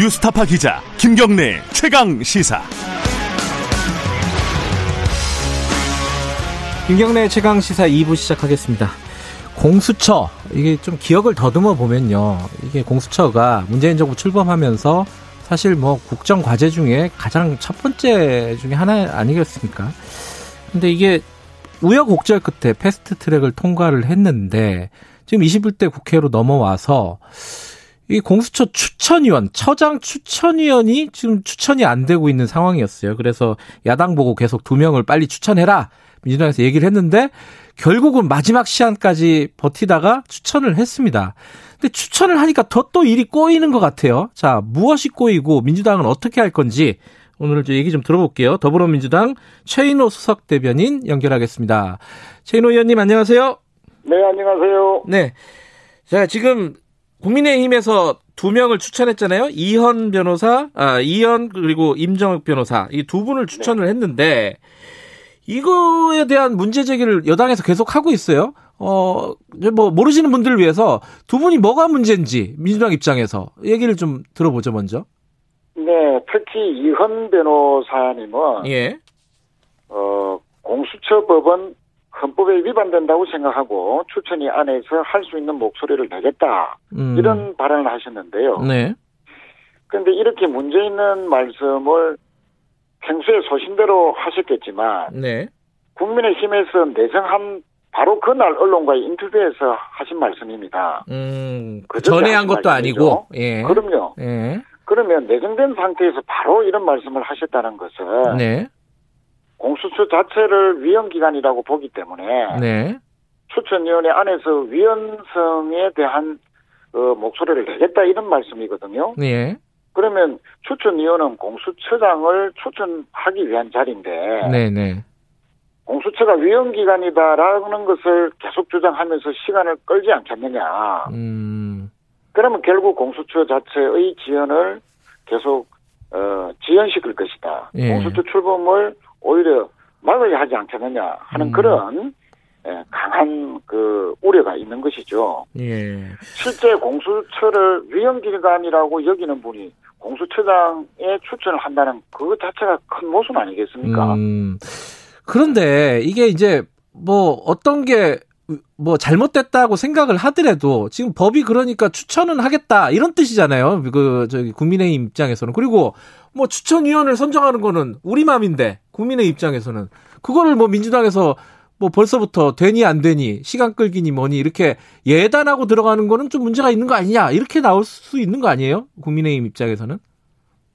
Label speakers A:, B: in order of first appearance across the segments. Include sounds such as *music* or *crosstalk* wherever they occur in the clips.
A: 뉴스타파 기자 김경래 최강 시사.
B: 김경래 최강 시사 2부 시작하겠습니다. 공수처 이게 좀 기억을 더듬어 보면요. 이게 공수처가 문재인 정부 출범하면서 사실 뭐 국정 과제 중에 가장 첫 번째 중에 하나 아니겠습니까? 근데 이게 우여곡절 끝에 패스트 트랙을 통과를 했는데 지금 21대 국회로 넘어와서 이 공수처 추천위원, 처장 추천위원이 지금 추천이 안 되고 있는 상황이었어요. 그래서 야당 보고 계속 두 명을 빨리 추천해라. 민주당에서 얘기를 했는데 결국은 마지막 시한까지 버티다가 추천을 했습니다. 근데 추천을 하니까 더 또 일이 꼬이는 것 같아요. 자, 무엇이 꼬이고 민주당은 어떻게 할 건지 오늘 좀 얘기 좀 들어볼게요. 더불어민주당 최인호 수석 대변인 연결하겠습니다. 최인호 의원님 안녕하세요.
C: 네, 안녕하세요.
B: 네. 자, 지금 국민의힘에서 두 명을 추천했잖아요. 이현 변호사, 아, 이현 그리고 임정욱 변호사 이 두 분을 추천을 했는데 이거에 대한 문제 제기를 여당에서 계속 하고 있어요. 어, 뭐 모르시는 분들을 위해서 두 분이 뭐가 문제인지 민주당 입장에서 얘기를 좀 들어보죠 먼저.
C: 네, 특히 이현 변호사님은
B: 예.
C: 어, 공수처법은 헌법에 위반된다고 생각하고 추천이 안에서 할 수 있는 목소리를 내겠다
B: 음.
C: 이런 발언을 하셨는데요.
B: 네.
C: 그런데 이렇게 문제 있는 말씀을 평소에 소신대로 하셨겠지만
B: 네.
C: 국민의힘에서 내정한 바로 그날 언론과의 인터뷰에서 하신 말씀입니다.
B: 음.
C: 그
B: 전에
C: 전에
B: 한 것도
C: 말씀이죠.
B: 아니고. 예.
C: 그럼요.
B: 예.
C: 그러면 내정된 상태에서 바로 이런 말씀을 하셨다는 것은
B: 네.
C: 공수처 자체를 위헌기관이라고 보기 때문에
B: 네.
C: 추천위원회 안에서 위헌성에 대한 어, 목소리를 내겠다 이런 말씀이거든요.
B: 예.
C: 그러면 추천위원은 공수처장을 추천하기 위한 자리인데
B: 네, 네.
C: 공수처가 위헌기관이다라는 것을 계속 주장하면서 시간을 끌지 않겠느냐.
B: 음.
C: 그러면 결국 공수처 자체의 지연을 계속 어, 지연시킬 것이다.
B: 예.
C: 공수처 출범을 오히려 막아야 하지 않겠느냐 하는
B: 음.
C: 그런 예, 강한 그 우려가 있는 것이죠.
B: 예.
C: 실제 공수처를 위헌기관이라고 여기는 분이 공수처장에 추천을 한다는 그것 자체가 큰 모순 아니겠습니까?
B: 음, 그런데 이게 이제 뭐 어떤 게 뭐 잘못됐다고 생각을 하더라도 지금 법이 그러니까 추천은 하겠다 이런 뜻이잖아요. 그 저기 국민의힘 입장에서는 그리고 뭐 추천위원을 선정하는 거는 우리 맘인데 국민의 입장에서는 그거를 뭐 민주당에서 뭐 벌써부터 되니 안 되니 시간 끌기니 뭐니 이렇게 예단하고 들어가는 거는 좀 문제가 있는 거 아니냐 이렇게 나올 수 있는 거 아니에요? 국민의힘 입장에서는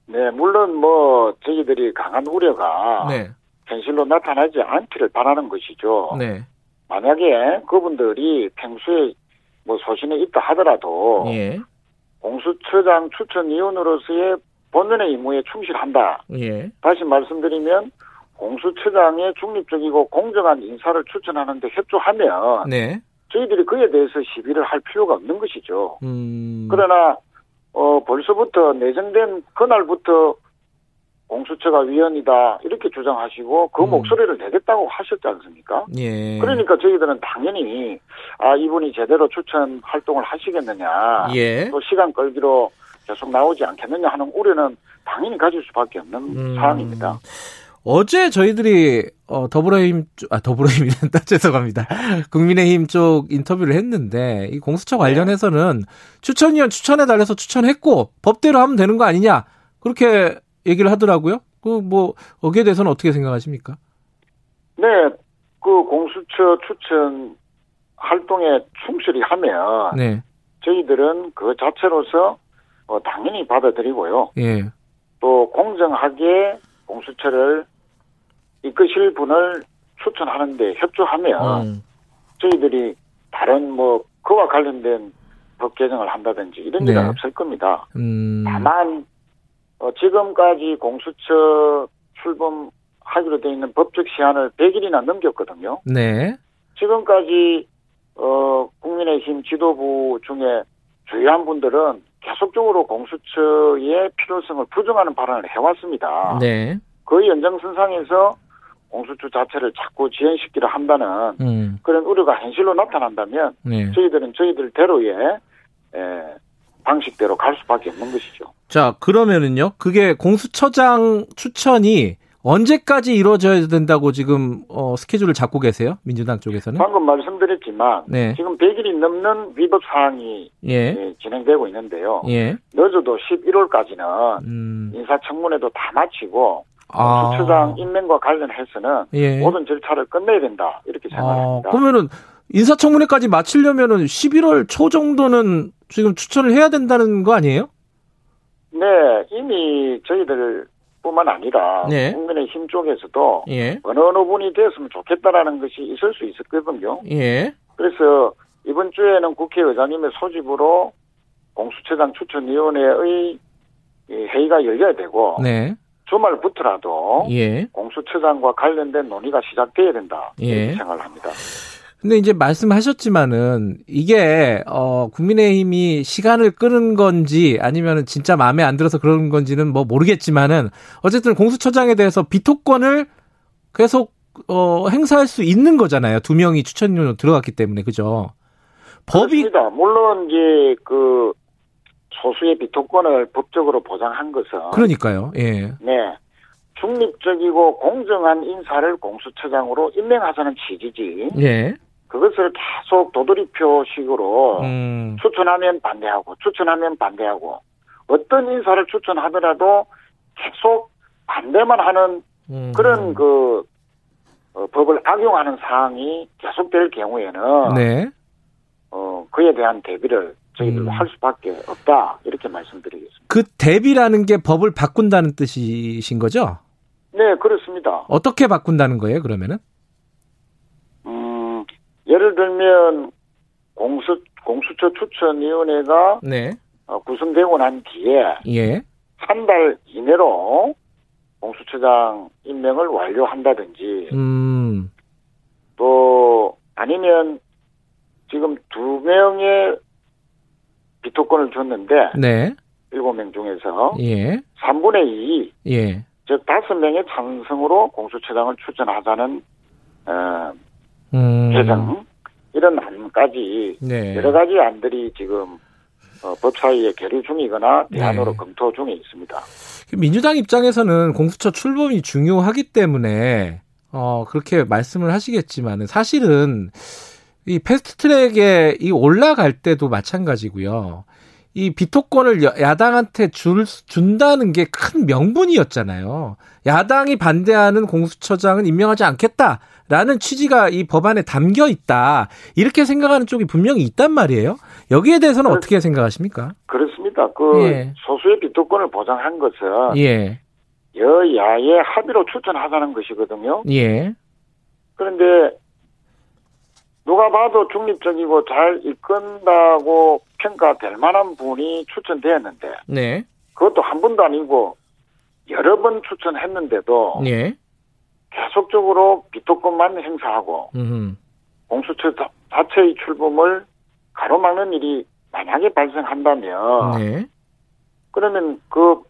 C: 네, 물론 뭐 저희들이 강한 우려가
B: 네,
C: 현실로 나타나지 않기를 바라는 것이죠.
B: 네,
C: 만약에 그분들이 평소에 뭐 소신이 있다 하더라도
B: 예,
C: 공수처장 추천위원으로서의 본연의 임무에 충실한다.
B: 예,
C: 다시 말씀드리면 공수처장의 중립적이고 공정한 인사를 추천하는데 협조하면
B: 네,
C: 저희들이 그에 대해서 시비를 할 필요가 없는 것이죠.
B: 음,
C: 그러나 어 벌써부터 내정된 그날부터 공수처가 위헌이다 이렇게 주장하시고 그
B: 음.
C: 목소리를 내겠다고 하셨지 않습니까?
B: 예.
C: 그러니까 저희들은 당연히 아 이분이 제대로 추천 활동을 하시겠느냐
B: 예.
C: 또 시간 끌기로 계속 나오지 않겠느냐 하는 우려는 당연히 가질 수밖에 없는
B: 음.
C: 상황입니다.
B: 어제 저희들이 어, 더불어힘 쪽, 아 *laughs* 더불어힘이란다 죄송합니다. 국민의힘 쪽 인터뷰를 했는데 이 공수처
C: 네.
B: 관련해서는 추천위원 추천에 달해서 추천했고 법대로 하면 되는 거 아니냐 그렇게 얘기를 하더라고요. 그 뭐 거기에 대해서는 어떻게 생각하십니까?
C: 네, 그 공수처 추천 활동에 충실히 하면
B: 네,
C: 저희들은 그 자체로서 어, 당연히 받아들이고요.
B: 예,
C: 또 공정하게 공수처를 이끄실 분을 추천하는데 협조하면
B: 음,
C: 저희들이 다른 뭐 그와 관련된 법 개정을 한다든지 이런 일은
B: 네.
C: 없을 겁니다.
B: 음,
C: 다만 어, 지금까지 공수처 출범하기로 돼 있는 법적 시한을 100일이나 넘겼거든요.
B: 네,
C: 지금까지 어, 국민의힘 지도부 중에 주요한 분들은 계속적으로 공수처의 필요성을 부정하는 발언을 해왔습니다.
B: 네,
C: 그 연장선상에서 공수처 자체를 자꾸 지연시키려 한다는
B: 음,
C: 그런 우려가 현실로 나타난다면
B: 네.
C: 저희들은 저희들대로의 에, 방식대로 갈 예, 수밖에 없는 것이죠.
B: 자, 그러면은요. 그게 공수처장 추천이 언제까지 이루어져야 된다고 지금 어, 스케줄을 잡고 계세요? 민주당 쪽에서는?
C: 방금 말씀드렸지만
B: 음. 네.
C: 지금 100일이 넘는 위법 사항이
B: 예.
C: 예, 진행되고 있는데요.
B: 예.
C: 늦어도 11월까지는
B: 음.
C: 인사청문회도 다 마치고
B: 아.
C: 수처장 임명과 관련해서는
B: 예.
C: 모든 절차를 끝내야 된다 이렇게
B: 아,
C: 생각합니다.
B: 그러면은 인사청문회까지 마치려면은 11월 초 정도는 지금 추천을 해야 된다는 거 아니에요?
C: 네, 이미 저희들뿐만 아니라
B: 네.
C: 국민의힘 쪽에서도
B: 예.
C: 어느 어느 분이 되었으면 좋겠다라는 것이 있을 수 있었거든요.
B: 예.
C: 그래서 이번 주에는 국회의장님의 소집으로 공수처장 추천위원회의 이 회의가 열려야 되고
B: 네.
C: 주말부터라도
B: 예.
C: 공수처장과 관련된 논의가 시작돼야 된다
B: 예.
C: 이렇게 생각을 합니다.
B: 근데 이제 말씀하셨지만은 이게 어 국민의힘이 시간을 끄는 건지 아니면은 진짜 마음에 안 들어서 그런 건지는 뭐 모르겠지만은 어쨌든 공수처장에 대해서 비토권을 계속 어 행사할 수 있는 거잖아요. 두 명이 추천료로 들어갔기 때문에 그죠? 법이
C: 그렇습니다. 물론 이제 그 소수의 비토권을 법적으로 보장한 것은
B: 그러니까요. 예.
C: 네 중립적이고 공정한 인사를 공수처장으로 임명하자는 취지지
B: 예.
C: 그것을 계속 도돌이표식으로
B: 음.
C: 추천하면 반대하고 추천하면 반대하고 어떤 인사를 추천하더라도 계속 반대만 하는
B: 음.
C: 그런 그 어, 법을 악용하는 사항이 계속될 경우에는
B: 네.
C: 어, 그에 대한 대비를
B: 음.
C: 저희들도 할 수밖에 없다 이렇게 말씀드리겠습니다.
B: 그 대비라는 게 법을 바꾼다는 뜻이신 거죠?
C: 네 그렇습니다.
B: 어떻게 바꾼다는 거예요, 그러면은?
C: 음, 예를 들면 공수 공수처 추천위원회가
B: 네.
C: 어, 구성되고 난 뒤에
B: 예.
C: 한 달 이내로 공수처장 임명을 완료한다든지
B: 음.
C: 또 아니면 지금 두 명의 비토권을 줬는데
B: 네.
C: 일곱 명 중에서
B: 예.
C: 3분의 2,
B: 예.
C: 즉 다섯 명의 찬성으로 공수처장을 추천하자는 어,
B: 음.
C: 개정 이런 안까지
B: 네.
C: 여러 가지 안들이 지금 어, 법사위에 계류 중이거나 대안으로
B: 네.
C: 검토 중에 있습니다.
B: 그 민주당 입장에서는 공수처 출범이 중요하기 때문에 어 그렇게 말씀을 하시겠지만 사실은 이 패스트트랙에 이 올라갈 때도 마찬가지고요. 이 비토권을 여- 야당한테 줄, 수- 준다는 게 큰 명분이었잖아요. 야당이 반대하는 공수처장은 임명하지 않겠다라는 취지가 이 법안에 담겨 있다. 이렇게 생각하는 쪽이 분명히 있단 말이에요. 여기에 대해서는 어떻게 생각하십니까?
C: 그렇습니다. 그
B: 예.
C: 소수의 비토권을 보장한 것은
B: 예,
C: 여야의 합의로 추천하자는 것이거든요.
B: 예,
C: 그런데 누가 봐도 중립적이고 잘 이끈다고 평가될 만한 분이 추천되었는데
B: 네,
C: 그것도 한 분도 아니고 여러 번 추천했는데도
B: 예.
C: 계속적으로 비토권만 행사하고
B: 음.
C: 공수처 자- 자체의 출범을 가로막는 일이 만약에 발생한다면
B: 네.
C: 그러면 그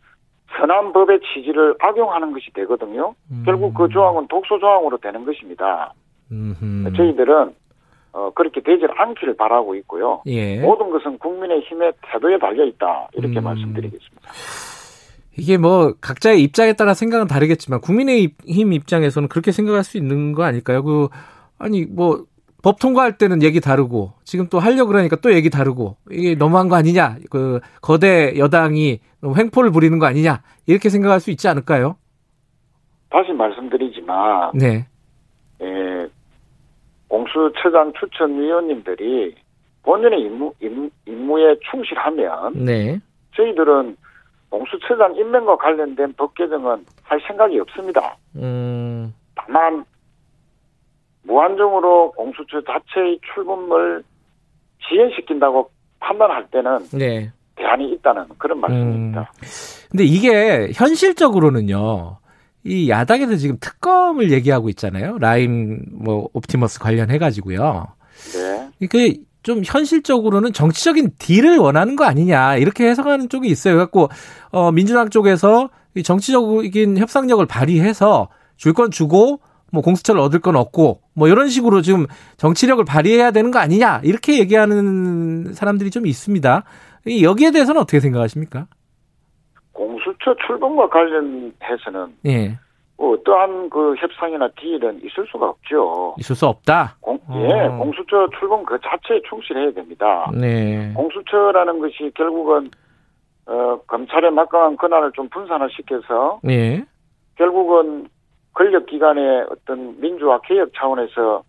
C: 선한 법의 취지를 악용하는 것이 되거든요.
B: 음.
C: 결국 그 조항은 독소 조항으로 되는 것입니다.
B: 음흠.
C: 저희들은 어, 그렇게 되질 않기를 바라고 있고요.
B: 예.
C: 모든 것은 국민의 힘의 태도에 달려 있다 이렇게
B: 음.
C: 말씀드리겠습니다.
B: 이게 뭐 각자의 입장에 따라 생각은 다르겠지만 국민의힘 입장에서는 그렇게 생각할 수 있는 거 아닐까요? 그 아니 뭐 법 통과할 때는 얘기 다르고 지금 또 하려 고 그러니까 또 얘기 다르고 이게 너무한 거 아니냐? 그 거대 여당이 너무 횡포를 부리는 거 아니냐? 이렇게 생각할 수 있지 않을까요?
C: 다시 말씀드리지만
B: 네.
C: 예, 공수처장 추천위원님들이 본연의 임무, 임- 임무에 충실하면
B: 네.
C: 저희들은 공수처장 임명과 관련된 법 개정은 할 생각이 없습니다.
B: 음.
C: 다만 무한정으로 공수처 자체의 출범을 지연시킨다고 판단할 때는
B: 네.
C: 대안이 있다는 그런 말씀입니다.
B: 근데 이게 현실적으로는요. 이 야당에서 지금 특검을 얘기하고 있잖아요. 라임 뭐 옵티머스 관련해 가지고요.
C: 네.
B: 이게 좀 현실적으로는 정치적인 딜을 원하는 거 아니냐 이렇게 해석하는 쪽이 있어요. 갖고 어 민주당 쪽에서 이 정치적인 협상력을 발휘해서 줄 건 주고 뭐 공수처를 얻을 건 얻고 뭐 이런 식으로 지금 정치력을 발휘해야 되는 거 아니냐 이렇게 얘기하는 사람들이 좀 있습니다. 이 여기에 대해서는 어떻게 생각하십니까?
C: 공수처 출범과 관련해서는
B: 예.
C: 어떠한 그 협상이나 딜은 있을 수가 없죠.
B: 있을 수 없다.
C: 공, 예,
B: 어.
C: 공수처 출범 그 자체에 충실해야 됩니다.
B: 네.
C: 공수처라는 것이 결국은 어, 검찰의 막강한 권한을 좀 분산을 시켜서
B: 예.
C: 결국은 권력 기관의 어떤 민주화 개혁 차원에서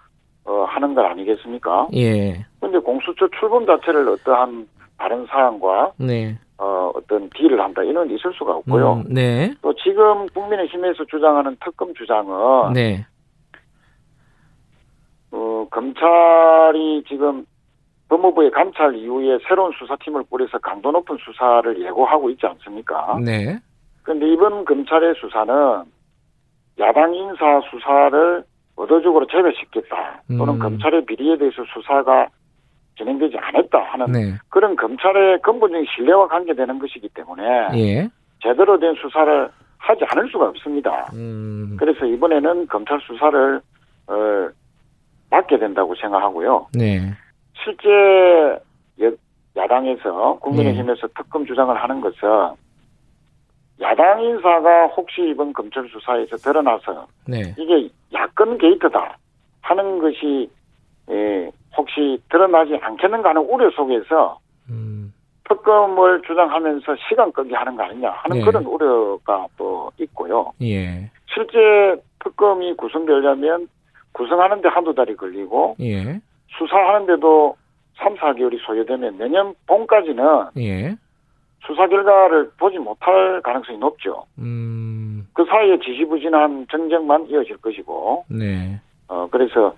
C: 어, 하는 것 아니겠습니까?
B: 예.
C: 그런데 공수처 출범 자체를 어떠한 다른 사안과
B: 네.
C: 어, 어떤 딜을 한다 이런 있을 수가 없고요.
B: 음, 네.
C: 또 지금 국민의힘에서 주장하는 특검 주장은
B: 네.
C: 어, 검찰이 지금 법무부의 감찰 이후에 새로운 수사팀을 꾸려서 강도 높은 수사를 예고하고 있지 않습니까?
B: 네.
C: 그런데 이번 검찰의 수사는 야당 인사 수사를 의도적으로 재배시켰다 또는
B: 음.
C: 검찰의 비리에 대해서 수사가 진행되지 않았다 하는
B: 네.
C: 그런 검찰의 근본적인 신뢰와 관계되는 것이기 때문에
B: 예.
C: 제대로 된 수사를 하지 않을 수가 없습니다.
B: 음.
C: 그래서 이번에는 검찰 수사를 어, 맡게 된다고 생각하고요.
B: 네.
C: 실제 여- 야당에서 국민의힘에서 특검 주장을 하는 것은 야당 인사가 혹시 이번 검찰 수사에서 드러나서
B: 네.
C: 이게 야권 게이트다 하는 것이 예, 혹시 드러나지 않겠는가 하는 우려 속에서
B: 음.
C: 특검을 주장하면서 시간 끌기 하는 거 아니냐 하는
B: 네.
C: 그런 우려가 또 있고요.
B: 예.
C: 실제 특검이 구성되려면 구성하는데 한두 달이 걸리고
B: 예.
C: 수사하는데도 3, 4개월이 소요되면 내년 봄까지는
B: 예.
C: 수사 결과를 보지 못할 가능성이 높죠.
B: 음.
C: 그 사이에 지지부진한 정쟁만 이어질 것이고,
B: 네.
C: 어, 그래서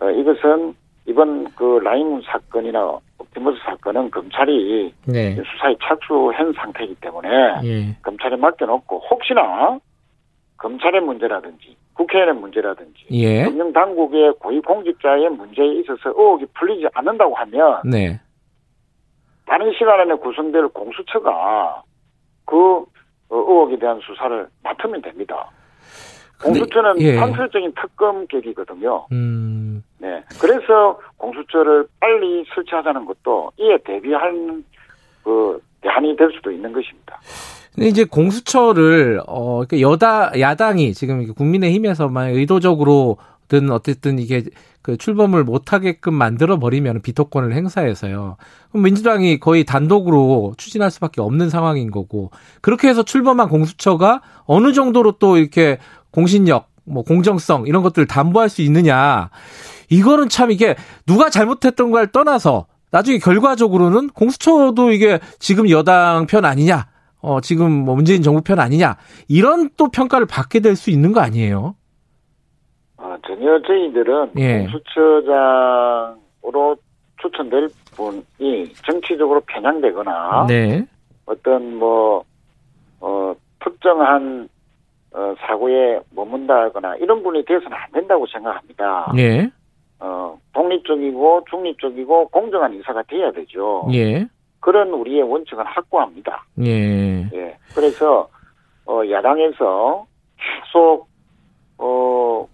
C: 어, 이것은 이번 그 라임 사건이나 옵티머스 사건은 검찰이
B: 네.
C: 수사에 착수한 상태이기 때문에
B: 예.
C: 검찰에 맡겨놓고 혹시나 검찰의 문제라든지 국회의원의 문제라든지
B: 예.
C: 금융 당국의 고위 공직자의 문제에 있어서 의혹이 풀리지 않는다고 하면
B: 네.
C: 빠른 시간 안에 구성될 공수처가 그 어, 의혹에 대한 수사를 맡으면 됩니다.
B: 근데-
C: 공수처는
B: 예.
C: 탄술적인 특검격이거든요.
B: 음.
C: 네. 그래서 공수처를 빨리 설치하자는 것도 이에 대비한 그 대안이 될 수도 있는 것입니다.
B: 근데 이제 공수처를 어 이렇게 여다 야당이 지금 이렇게 국민의힘에서만 의도적으로든 어쨌든 이게 그 출범을 못하게끔 만들어 버리면 비토권을 행사해서요. 그럼 민주당이 거의 단독으로 추진할 수밖에 없는 상황인 거고 그렇게 해서 출범한 공수처가 어느 정도로 또 이렇게 공신력 뭐 공정성 이런 것들을 담보할 수 있느냐 이거는 참 이게 누가 잘못했던 걸 떠나서 나중에 결과적으로는 공수처도 이게 지금 여당 편 아니냐 어, 지금 뭐 문재인 정부 편 아니냐. 이런 또 평가를 받게 될 수 있는 거 아니에요?
C: 어, 전혀 저희들은
B: 예.
C: 공수처장으로 추천될 분이 정치적으로 편향되거나
B: 네.
C: 어떤 뭐, 어, 특정한, 어, 사고에 머문다거나 이런 분이 되어서는 안 된다고 생각합니다.
B: 예.
C: 어, 독립적이고 중립적이고 공정한 인사가 돼야 되죠.
B: 예.
C: 그런 우리의 원칙은 확고합니다.
B: 예.
C: 예. 그래서, 어, 야당에서 계속, 어,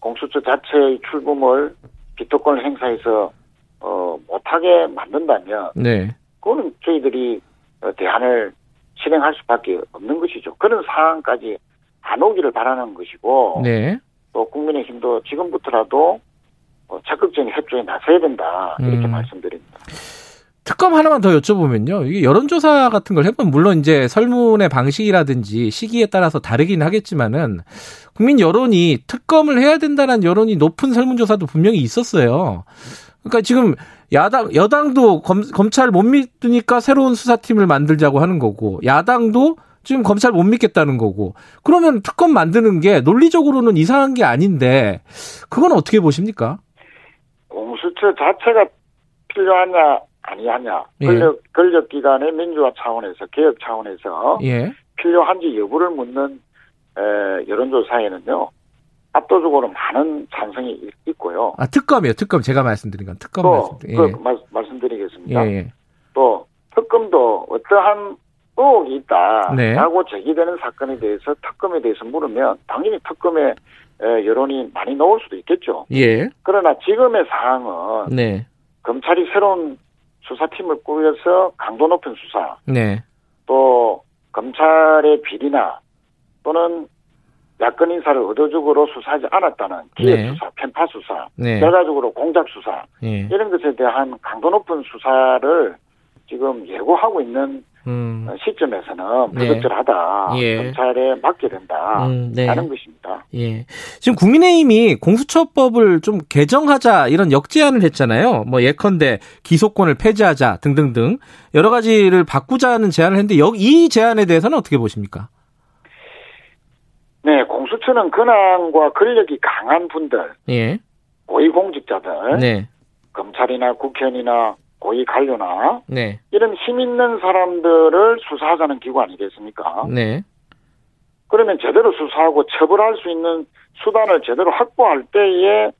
C: 공수처 자체의 출범을 비토권을 행사해서, 어, 못하게 만든다면
B: 네.
C: 그거는 저희들이 어, 대안을 실행할 수밖에 없는 것이죠. 그런 상황까지 안 오기를 바라는 것이고
B: 네.
C: 또 국민의힘도 지금부터라도 어, 적극적인 협조에 나서야 된다 이렇게
B: 음.
C: 말씀드립니다.
B: 특검 하나만 더 여쭤보면요. 이게 여론조사 같은 걸 해보면 물론 이제 설문의 방식이라든지 시기에 따라서 다르긴 하겠지만은 국민 여론이 특검을 해야 된다는 여론이 높은 설문조사도 분명히 있었어요. 그러니까 지금 야당 여당도 검, 검찰 못 믿으니까 새로운 수사팀을 만들자고 하는 거고 야당도 지금 검찰 못 믿겠다는 거고 그러면 특검 만드는 게 논리적으로는 이상한 게 아닌데 그건 어떻게 보십니까?
C: 공수처 자체가 필요하냐 아니하냐
B: 예.
C: 권력 권력 기관의 민주화 차원에서 개혁 차원에서
B: 예,
C: 필요한지 여부를 묻는 에, 여론조사에는요 압도적으로 많은 찬성이 있- 있고요.
B: 아 특검이요, 특검 제가 말씀드린 건 특검
C: 또
B: 말씀드린
C: 그 말, 말씀드리겠습니다.
B: 예, 예.
C: 또 특검도 어떠한 의혹이
B: 네.
C: 있다라고 제기되는 사건에 대해서 특검에 대해서 물으면 당연히 특검의 에, 여론이 많이 나올 수도 있겠죠.
B: 예.
C: 그러나 지금의 상황은
B: 네.
C: 검찰이 새로운 수사팀을 꾸려서 강도 높은 수사
B: 네.
C: 또 검찰의 비리나 또는 야권 인사를 의도적으로 수사하지 않았다는 기획
B: 네.
C: 수사, 편파 수사,
B: 네.
C: 결과적으로 공작 수사
B: 예.
C: 이런 것에 대한 강도 높은 수사를 지금 예고하고 있는
B: 음.
C: 어, 시점에서는
B: 네.
C: 부적절하다.
B: 예.
C: 검찰에 맡게 아, 된다.
B: 음, 네.
C: 라는 것입니다.
B: 예. 지금 국민의힘이 공수처법을 좀 개정하자 이런 역제안을 했잖아요. 뭐 예컨대 기소권을 폐지하자 등등등 여러 가지를 바꾸자는 제안을 했는데 여- 이 제안에 대해서는 어떻게 보십니까?
C: 네, 공수처는 근황과 권력이 강한 분들,
B: 예.
C: 고위공직자들,
B: 네.
C: 검찰이나 국회의원이나 고위 관료나
B: 네.
C: 이런 힘 있는 사람들을 수사하자는 기구 아니겠습니까?
B: 네.
C: 그러면 제대로 수사하고 처벌할 수 있는 수단을 제대로 확보할 때에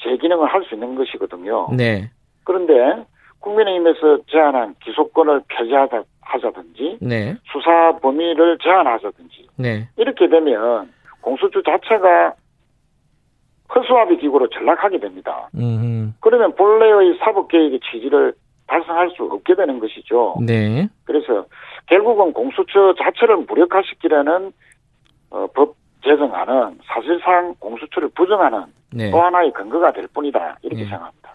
C: 제 기능을 할 수 있는 것이거든요.
B: 네.
C: 그런데 국민의힘에서 제안한 기소권을 폐지하자든지
B: 네.
C: 수사 범위를 제한하자든지
B: 네.
C: 이렇게 되면 공수처 자체가 허수아비 기구로 전락하게 됩니다.
B: 음.
C: 그러면 본래의 사법개혁의 취지를 달성할 수 없게 되는 것이죠.
B: 네.
C: 그래서 결국은 공수처 자체를 무력화시키려는 어, 법 제정안은 사실상 공수처를 부정하는
B: 네.
C: 또 하나의 근거가 될 뿐이다 이렇게
B: 예.
C: 생각합니다.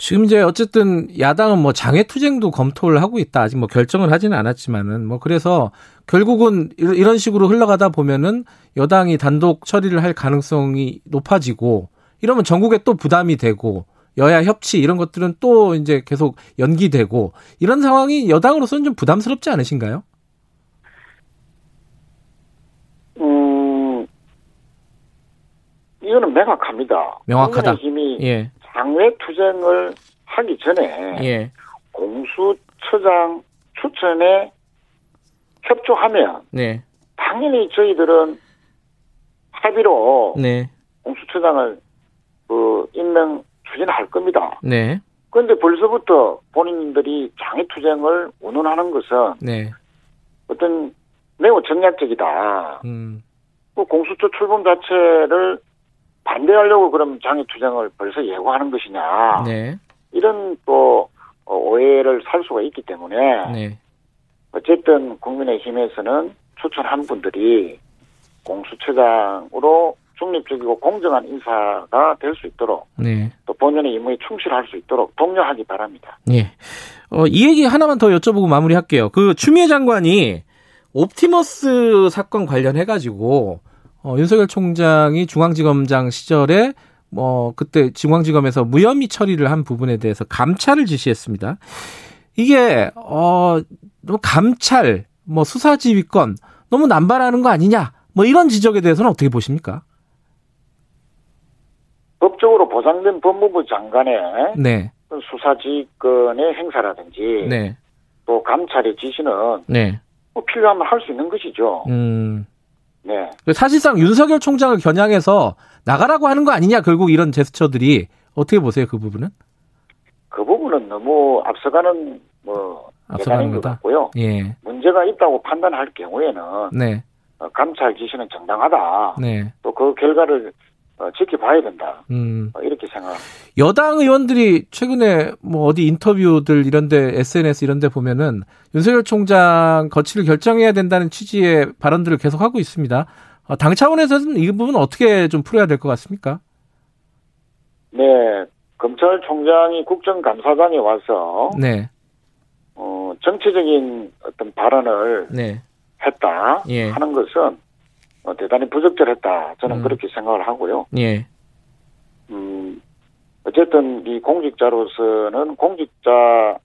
B: 지금 이제 어쨌든 야당은 뭐 장애투쟁도 검토를 하고 있다. 아직 뭐 결정을 하지는 않았지만은 뭐 그래서 결국은 이- 이런 식으로 흘러가다 보면은 여당이 단독 처리를 할 가능성이 높아지고 이러면 전국에 또 부담이 되고 여야 협치 이런 것들은 또 이제 계속 연기되고 이런 상황이 여당으로서는 좀 부담스럽지 않으신가요?
C: 음, 이거는 명확합니다.
B: 명확하다.
C: 국민의힘이
B: 예.
C: 장외 투쟁을 하기 전에
B: 예.
C: 공수처장 추천에 협조하면
B: 네.
C: 당연히 저희들은 합의로
B: 네.
C: 공수처장을 그 임명 추진할 겁니다.
B: 네.
C: 그런데 벌써부터 본인들이 장애투쟁을 운운하는 것은
B: 네.
C: 어떤 매우 전략적이다.
B: 음.
C: 그 공수처 출범 자체를 반대하려고 그럼 장애투쟁을 벌써 예고하는 것이냐.
B: 네.
C: 이런 또 어, 오해를 살 수가 있기 때문에
B: 네.
C: 어쨌든 국민의힘에서는 추천한 분들이 공수처장으로 중립적이고 공정한 인사가 될 수 있도록
B: 네.
C: 또 본연의 임무에 충실할 수 있도록 독려하기 바랍니다.
B: 예. 어, 이 얘기 하나만 더 여쭤보고 마무리할게요. 그 추미애 장관이 옵티머스 사건 관련해가지고 어, 윤석열 총장이 중앙지검장 시절에 뭐 그때 중앙지검에서 무혐의 처리를 한 부분에 대해서 감찰을 지시했습니다. 이게 어 너무 감찰, 뭐 수사지휘권 너무 남발하는 거 아니냐? 뭐 이런 지적에 대해서는 어떻게 보십니까?
C: 법적으로 보장된 법무부 장관의
B: 네,
C: 수사지휘권의 행사라든지
B: 네,
C: 또 감찰의 지시는
B: 네.
C: 뭐 필요하면 할 수 있는 것이죠.
B: 음.
C: 네.
B: 사실상 윤석열 총장을 겨냥해서 나가라고 하는 거 아니냐 결국 이런 제스처들이 어떻게 보세요 그 부분은?
C: 그 부분은 너무 앞서가는 뭐
B: 앞서가는
C: 대단인 것
B: 거다.
C: 같고요.
B: 예,
C: 문제가 있다고 판단할 경우에는
B: 네,
C: 어, 감찰 지시는 정당하다.
B: 네,
C: 또 그 결과를 어, 지켜봐야 된다.
B: 음.
C: 어, 이렇게 생각합니다.
B: 여당 의원들이 최근에 뭐 어디 인터뷰들 이런데 SNS 이런데 보면은 윤석열 총장 거취를 결정해야 된다는 취지의 발언들을 계속 하고 있습니다. 어, 당 차원에서는 이 부분 어떻게 좀 풀어야 될 것 같습니까?
C: 네. 검찰총장이 국정감사장에 와서
B: 네,
C: 어, 정치적인 어떤 발언을
B: 네,
C: 했다
B: 예.
C: 하는 것은 어, 대단히 부적절했다. 저는
B: 음.
C: 그렇게 생각을 하고요.
B: 예,
C: 음, 어쨌든 이 공직자로서는 공직자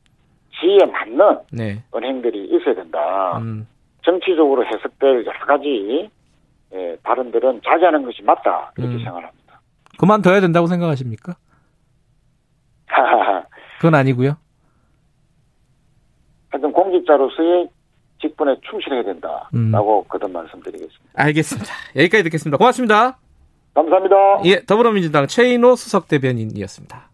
C: 지위에 맞는
B: 네,
C: 은행들이 있어야 된다.
B: 음,
C: 정치적으로 해석될 여러 가지 예, 발언들은 자제하는 것이 맞다. 이렇게
B: 음.
C: 생각합니다. *laughs*
B: 그만둬야 된다고 생각하십니까?
C: 하여튼
B: 그건 아니고요.
C: 공직자로서의 직분에 충실해야 된다.
B: 음.
C: 라고 그런 말씀드리겠습니다.
B: 알겠습니다. 여기까지 듣겠습니다. 고맙습니다.
C: 감사합니다.
B: 예, 더불어민주당 최인호 수석 대변인이었습니다.